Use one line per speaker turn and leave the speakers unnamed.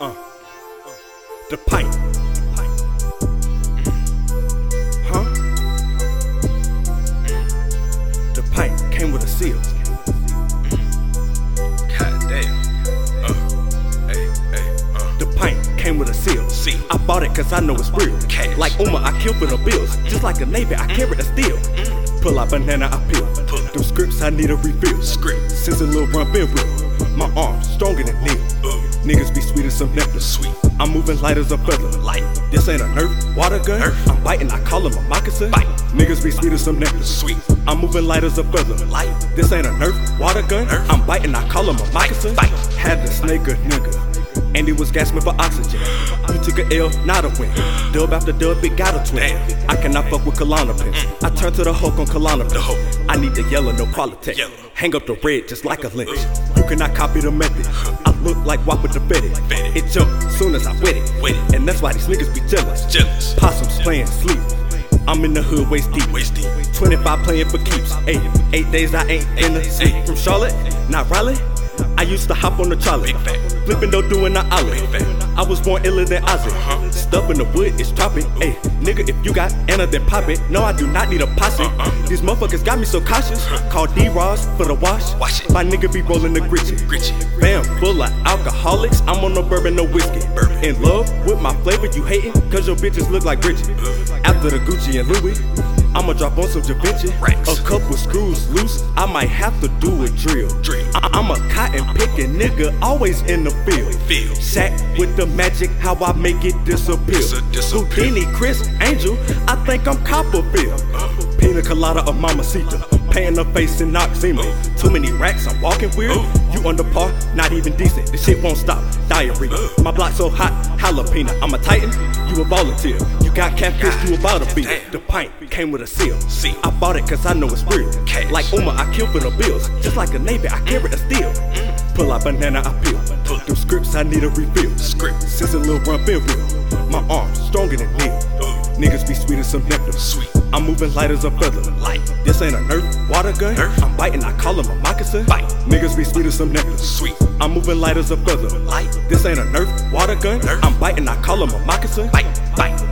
Uh. the pipe. Huh? The pipe came with a seal.
God damn. Uh, hey, hey, uh.
The pint came with a seal.
Seal.
I bought it cause I know it's real.
Cash.
Like Uma, I kill for the bills. Just like a Navy, I carry the steel. Pull out banana, I peel.
Mm-hmm. Pull.
Them scripts, I need a refill.
Script.
Since a little run been real. My arm stronger than Neil.
Ooh.
Niggas be sweet as some nectar.
Sweet.
I'm moving light as a feather.
Light.
This ain't a nerf, water gun.
Nerf.
I'm biting, I call him a moccasin.
Bite.
Niggas be sweet as some nectar.
Sweet.
I'm moving light as a feather.
Light.
This ain't a nerf, water gun.
Nerf.
I'm biting, I call him a moccasin.
Bite.
Had the snake a nigga. And he was gasping for oxygen. You took a L, not a win. Dub after dub, it got a twin.
Damn. Mm.
I cannot fuck with Klonopin. I turn to the Hulk on Klonopin.
Hulk.
I need the yellow, no politics.
Yellow.
Hang up the red just like a lynch. You cannot copy the method. I look like Wap with the Betty.
Fetty.
It jumped soon as I wet it.
Wet it.
And that's why these niggas be jealous.
Jealous.
Possums playing sleep. I'm in the hood waist deep.
Waist deep.
25 playing for keeps. Eight, eight days I ain't in the
days,
seat.
ayy.
From Charlotte, not Raleigh. I used to hop on the trolley.
Big fact.
Flipping though doing the olive.
Big fact.
I was born iller than Ozzy.
Uh-huh.
Stuff in the wood is dropping. Ayy, nigga, if you got Anna, then pop it. No, I do not need a posse.
Uh-uh.
These motherfuckers got me so cautious. Call D Ross for the wash.
Wash it.
My nigga be rolling the gritchy.
Richie.
Bam, full of alcoholics. I'm on no bourbon, no whiskey.
Bourbon.
In love with my flavor, you hating? Cause your bitches look like Bridget. After the Gucci and Louis, I'ma drop on some Da Vinci.
Racks.
A couple screws loose, I might have to do a drill.
Drill.
I- am a cotton picking nigga, always in the field.
Field.
Sack with the magic, how I make it disappear.
Dis- disappear.
Houdini, Chris, Angel, I think I'm Copperfield. Pina colada or mamacita, paying her face in oxima. Too many racks, I'm walking weird.
Ooh.
You under par, not even decent. This shit won't stop. Diarrhea. My block so hot, jalapeno. I'm a titan, you a volunteer. You got catfish, you about to be.
Damn.
The pint came with a seal.
Seal.
I bought it cause I know it's real.
Cash.
Like Uma, I kill for the bills. Just like a Navy, I carry a steel. Pull out banana, I peel.
Pull.
Them scripts, I need a refill.
Script.
Since a little run been real. My arm stronger than Neil. Niggas be sweet as some nectar.
Sweet.
I'm moving light as a feather.
Light.
This ain't a nerf, water gun.
Nerf.
I'm biting, I call him a moccasin.
Bite.
Niggas be sweet as some nectar.
Sweet.
I'm moving light as a feather.
Light.
This ain't a nerf, water gun.
Nerf.
I'm biting, I call him a moccasin.
Bite. Bite.